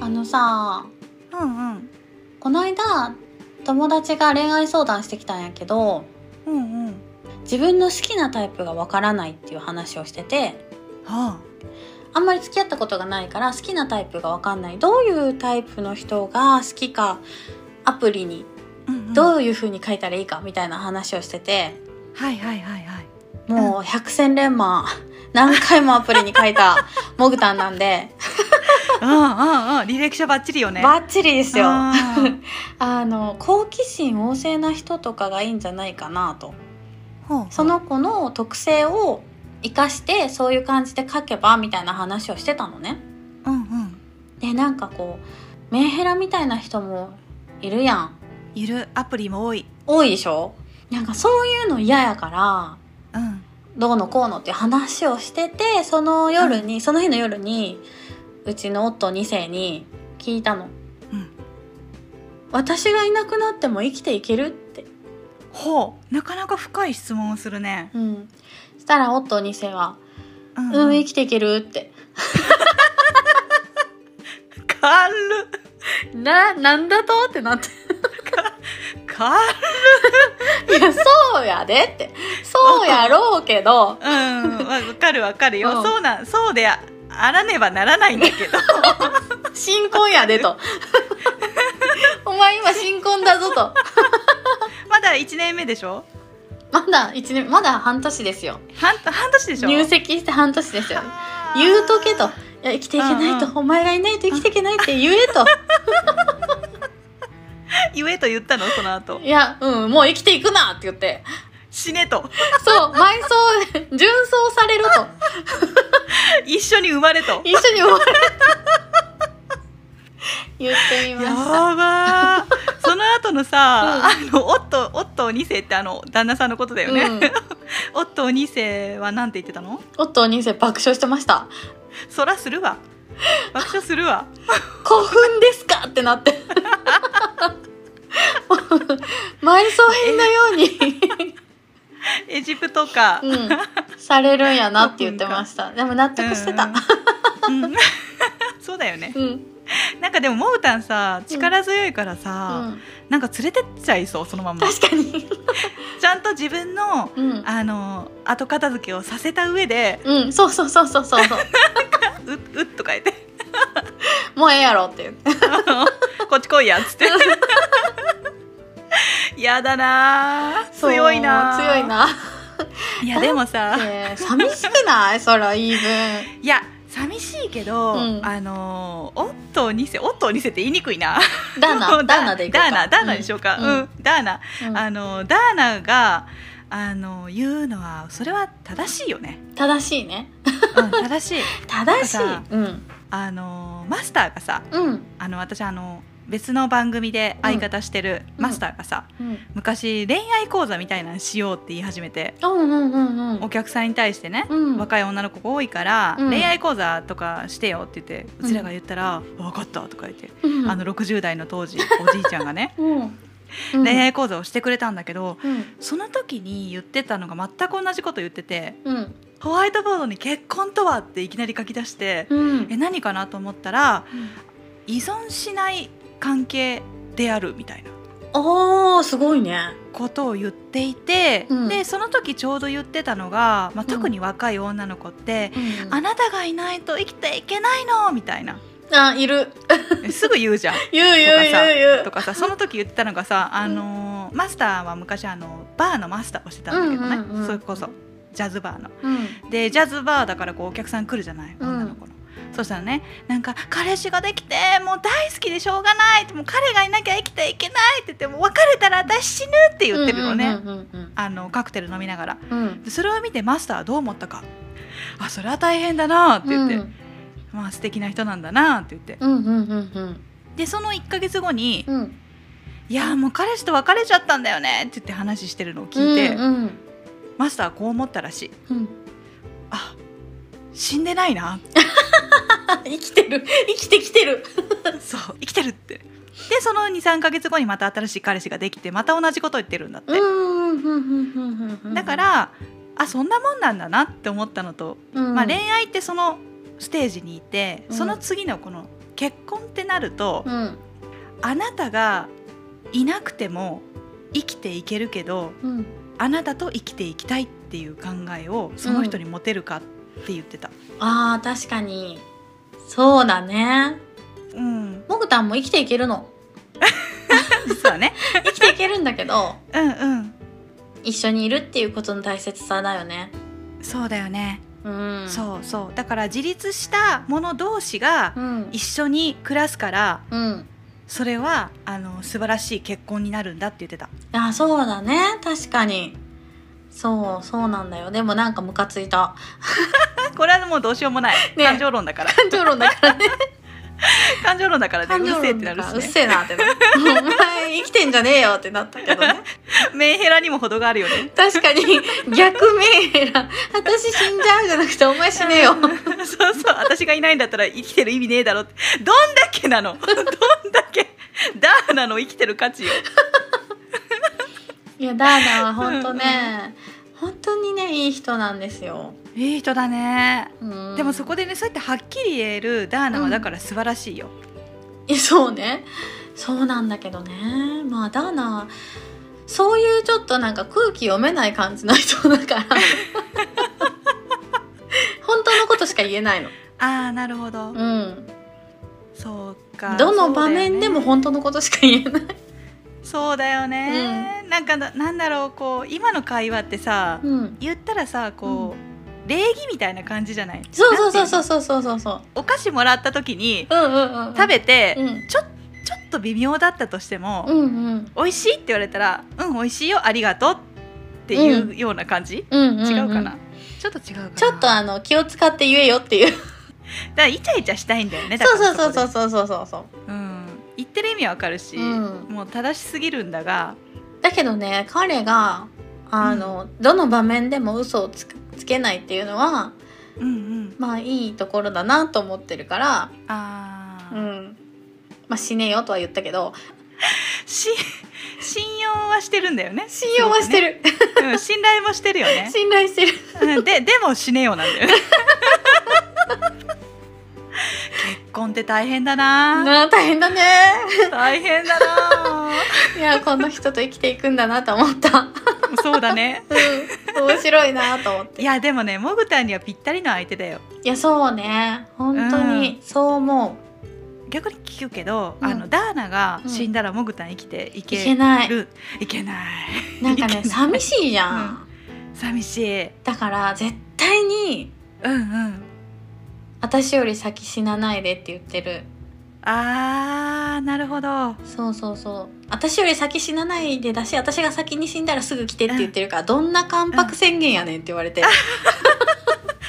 あのさうんうんこの間友達が恋愛相談してきたんやけどうんうんは自分の好きなタイプがわからないっていう話をしててああんまり付き合ったことがないから好きなタイプがわかんないどういうタイプの人が好きかアプリにうんうんどういう風に書いたらいいかみたいな話をしててはいはいはいはいもう百戦錬磨何回もアプリに書い たモグタンなんで、うんうんうん履歴書ばっちりよねバッチリですよ。 うんあの好奇心旺盛な人とかがいいんじゃないかなとほうほうその子の特性を生かしてそういう感じで書けばみたいな話をしてたのねうんうんでなんかこうメンヘラみたいな人もいるやんいるアプリも多い多いでしょなんかそういうの嫌やからうんどうのこうのっていう話をしててその夜に、その日の夜にうちの夫2世に聞いたのうん私がいなくなっても生きていけるってほうなかなか深い質問をするねうんしたら夫2世はうんうん、生ききていけるって。軽な、なんだとってなって。っ軽っいや、そうやでって。そうやろうけど、うんわわかるわかるよ、うんそうなんそうでああらねばならないんだ けど新婚やでと。 お前今新婚だぞと。まだ1年目でしょまだ一年、まだ半年ですよ。半半年でしょ入籍して半年ですよ。はあ言うとけと。いや、生きていけないと。うんうんお前がいないと生きていけないって言えと。言えと言ったのその後いや、うん、もう生きていくなって言って。死ねとそう、埋葬、殉葬されると。一緒に生まれと一緒に思われた。言ってみまやした。ばーその後のさ、あのオットオットー2世ってあの旦那さんのことだよね、うん オットー2世はなんて言ってたの夫お兄さん爆笑してましたそらするわ爆笑するわ興奮ですかってなって 埋葬品のように、エジプトか、うん、されるんやなって言ってましたでも納得してた、うんうん そうだよねうんうんなんかでもモブタンさ力強いからさ、なんか連れてっちゃいそうそのまんま確かに、ちゃんと自分のうん、あの後片付けをさせた上でうん、そうそうそうそうそうそう「ううっ」とか言ってもうええやろって言って こっち来いやっつって。 やだなーそう 強いなー強いないやでもさえー寂しくないそら言い分いや寂しいけど、うんあのーオットー2世オットー2世って言いにくいなダ ーナダーナでいこうダかーナダーナにしようかうん、ダーナ、うんあのーダーナがあのー言うのはそれは正しいよね、正しいね うん、正しい正しいなんかさうんあのーマスターがさうんあの私あの別の番組で相方してるマスターがさ、うん昔恋愛講座みたいなのしようって言い始めて、うんうんうんうんお客さんに対してね、うん若い女の子が多いから、うん恋愛講座とかしてよって言ってうんうちらが言ったら「分かった」とか言って、うんあの60代 の当時おじいちゃんがねうん恋愛講座をしてくれたんだけどうんその時に言ってたのが全く同じこと言っててうんホワイトボードに「結婚とは?」っていきなり書き出して、うんえ何かなと思ったら依存しない関係であるみたいな。あーすごいねことを言っていて、うんでその時ちょうど言ってたのが、まあ、特に若い女の子って、あなたがいないと生きていけないのみた いなあいるすぐ言うじゃん言う言う言うとかさその時言ってたのがさ、あのーマスターは昔あのバーのマスターをしてたんだけどね、うんうんうんそれこそジャズバーの。言うでジャズバーだからこうお客さん来るじゃないうん女の子の。そしたらねなんか「彼氏ができてもう大好きでしょうがない」もう彼がいなきゃ生きていけない」って言って「もう別れたら私死ぬ」って言ってるのね、うんうんうんあのカクテル飲みながらうんうんでそれを見てマスターはどう思ったか「あそれは大変だな」って言って、うんまあ素敵な人なんだなって言ってうんうんうんでその1か月後にうんうん「いやーもう彼氏と別れちゃったんだよね」って言って話してるのを聞いて、うんうんマスターはこう思ったらしいうん「あ死んでないな」あ生きてる生きてきてるそう生きてるってでその23か月後にまた新しい彼氏ができてまた同じことを言ってるんだって、うんうんうんうんうんうんだからあそんなもんなんだなって思ったのと、うんまあ、恋愛ってそのステージにいてうんその次のこの結婚ってなると、うんあなたがいなくても生きていけるけどうんあなたと生きていきたいっていう考えをその人に持てるかって言ってた。あー確かにそうだねうん、もぐたんも生きていけるの実はね。生きていけるんだけどうんうん。一緒にいるっていうことの大切さだよねそうだよね。うんそうそう。だから自立した者同士がうん一緒に暮らすから、うんそれはあの素晴らしい結婚になるんだって言ってた。あそうだね確かにそうそうなんだよでもなんかムカついたこれはもうどうしようもない。ね感情論だから。感情論だから ね感情論だからね。感う情っせえっ論てなだるからうっしね。せえなってなお前生きてんじゃねえよってなったけどねメンヘラにも程があるよね。 確かに逆メンヘラ私死んじゃうじゃなくてお前死ねよそう そう私がいないんだったら生きてる意味ねえだろってどんだけなの どんだけダーナの生きてる価値よいやダーナは本当ね本当にねいい人なんですよ、いい人だねうん、でもそこでねそうやってはっきり言えるダーナうはんだから素晴らしいよ、え そうねそうなんだけどねまあダーナそういうちょっとなんか空気読めない感じの人 だから本当のことしか言えないの、ああなるほうど、ん、そうかどの場面でも本当のことしか言えないそうだよねそうだよね、なんかななんだろうこう今の会話ってさ、うん、言ったらさこう、礼儀みたいな感じじゃないそうそうそうそううそうそうそうそうお菓子もらった時にうんうんうん食べて、うんちょちょっと微妙だったとしても、うんうん美味しいって言われたら「うん美味しいよありがとう」っていうような感じ、うんんん違うかなちょっと違うかなちょっとだかあの気を使って言えよっていうらイチャイチャしたいんだよねだそうからそうそうそうこそうそうそうそうでうん、言ってる意味はわかるし、うんもう正しすぎるんだがだけどね彼があの、どの場面でも嘘をつくつけないっていうのはうんうんまあいいところだなと思ってるから、あうー、ん、まあ死ねよとは言ったけどし信用はしてるんだよね信用はしてる、すごくねうん、信頼もしてるよね 信頼してるうんででも死ねよなんだ よね結婚って大変だなな あ大変だね大変だないやこの人と生きていくんだなと思った、そうだねうん、面白いなと思っていやでもねモグタンにはぴったりの相手だよいやそうね本当にそう思逆に聞くけど、うんあのダーナが死んだらモグタン生きていういける、けないいけないなんかねいけない寂しいじゃん、うん寂しいだから絶対にうんうん私より先死なないでって言ってるあーなるほどっそうそうそう私より先死なないでだし私が先に死んだらすぐ来てって言ってるから、どんな関白宣言やねんって言われて、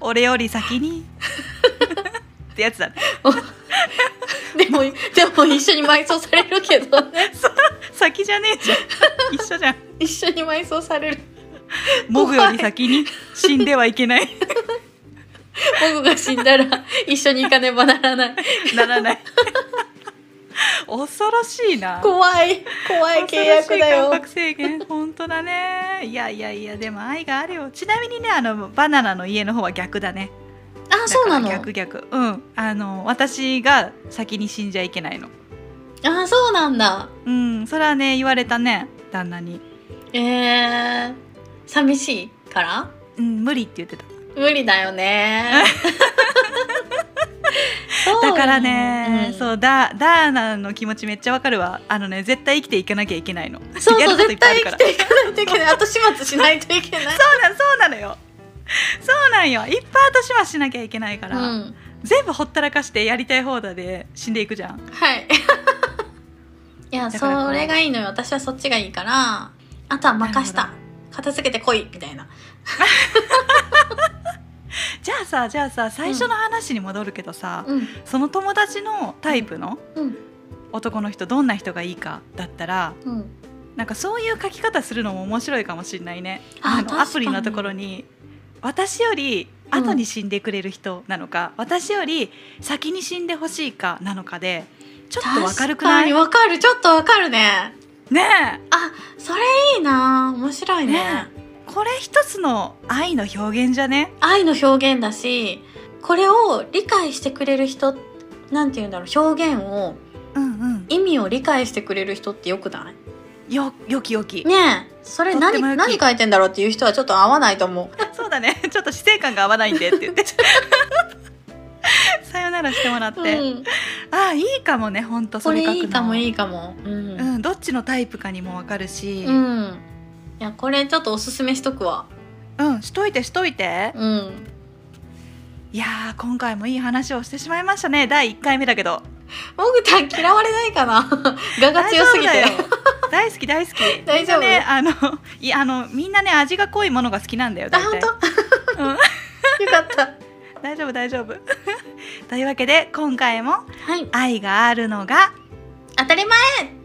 俺より先にってやつだねでもでも一緒に埋葬されるけ どね先じゃねえ じゃん一緒じゃん一緒に埋葬されるモグより先に死んではいけない僕が死んだら一緒に行かねばならないならない恐ろしいな怖い怖い契約だ恐よろしい関白制限本当だねいやいやいやでも愛があるよちなみにねあのバナナの家の方は逆だねあそうなのだから逆逆うんあの私が先に死んじゃいけないのあそうなんだうんそれはね言われたね旦那にえー、寂しいからうん無理って言ってた無理だよ ねそうよだからね、んそうだダーナの気持ちめっちゃわかるわあのね絶対生きていかなきゃいけないのそうやそうることい絶っぱいあ対る生かきらていかないといけな い後始末しないといけないそうなそうなのよそうなんよいっぱい後始末しなきゃいけないから、うん、全部ほったらかしてやりたい放題で死んでいくじゃんはい いやだからこうそれがいいのよ私はそっちがいいからあとは任しなた片付けてこいみたいなじゃあさじゃあさ最初の話に戻るけどさ、うんその友達のタイプのうん男の人どんな人がいいかだったらうんなんかそういう書き方するのも面白いかもしれないねあ確あかのにアプリのところに私より後に死んでくれる人なのか、私より先に死んでほしいかなのかでちょっとわかるく確かないにねわかるちょっとわかるねあそれいいな面白いねねえこれ一つの愛の表現じゃね愛の表現だしこれを理解してくれる人なんて言うんだろう表現をうんうん意味を理解してくれる人ってよくないよよきよき、ねえそれとって何も良き何書いてんだろうっていう人はちょっと合わないと思う そうだねちょっと死生観が合わないんでって言って さよならしてもらって、うんああいいかもねほんとこそれれ書くのいいかもいいかもうん、うん、どっちのタイプかにもわかるし、うん、いやこれちょっとおすすめしとくわうん、しといてしといて、うんいやー今回もいい話をしてしまいましたね第1回目だけどもぐたん嫌われないかな 我が強すぎて大丈夫だよ大好き大好き 大丈夫みんなねあのいやあのみんなね味が濃いものが好きなんだよあ大本体当うん よかった大丈夫大丈夫 というわけで今回もはい愛があるのが当たり前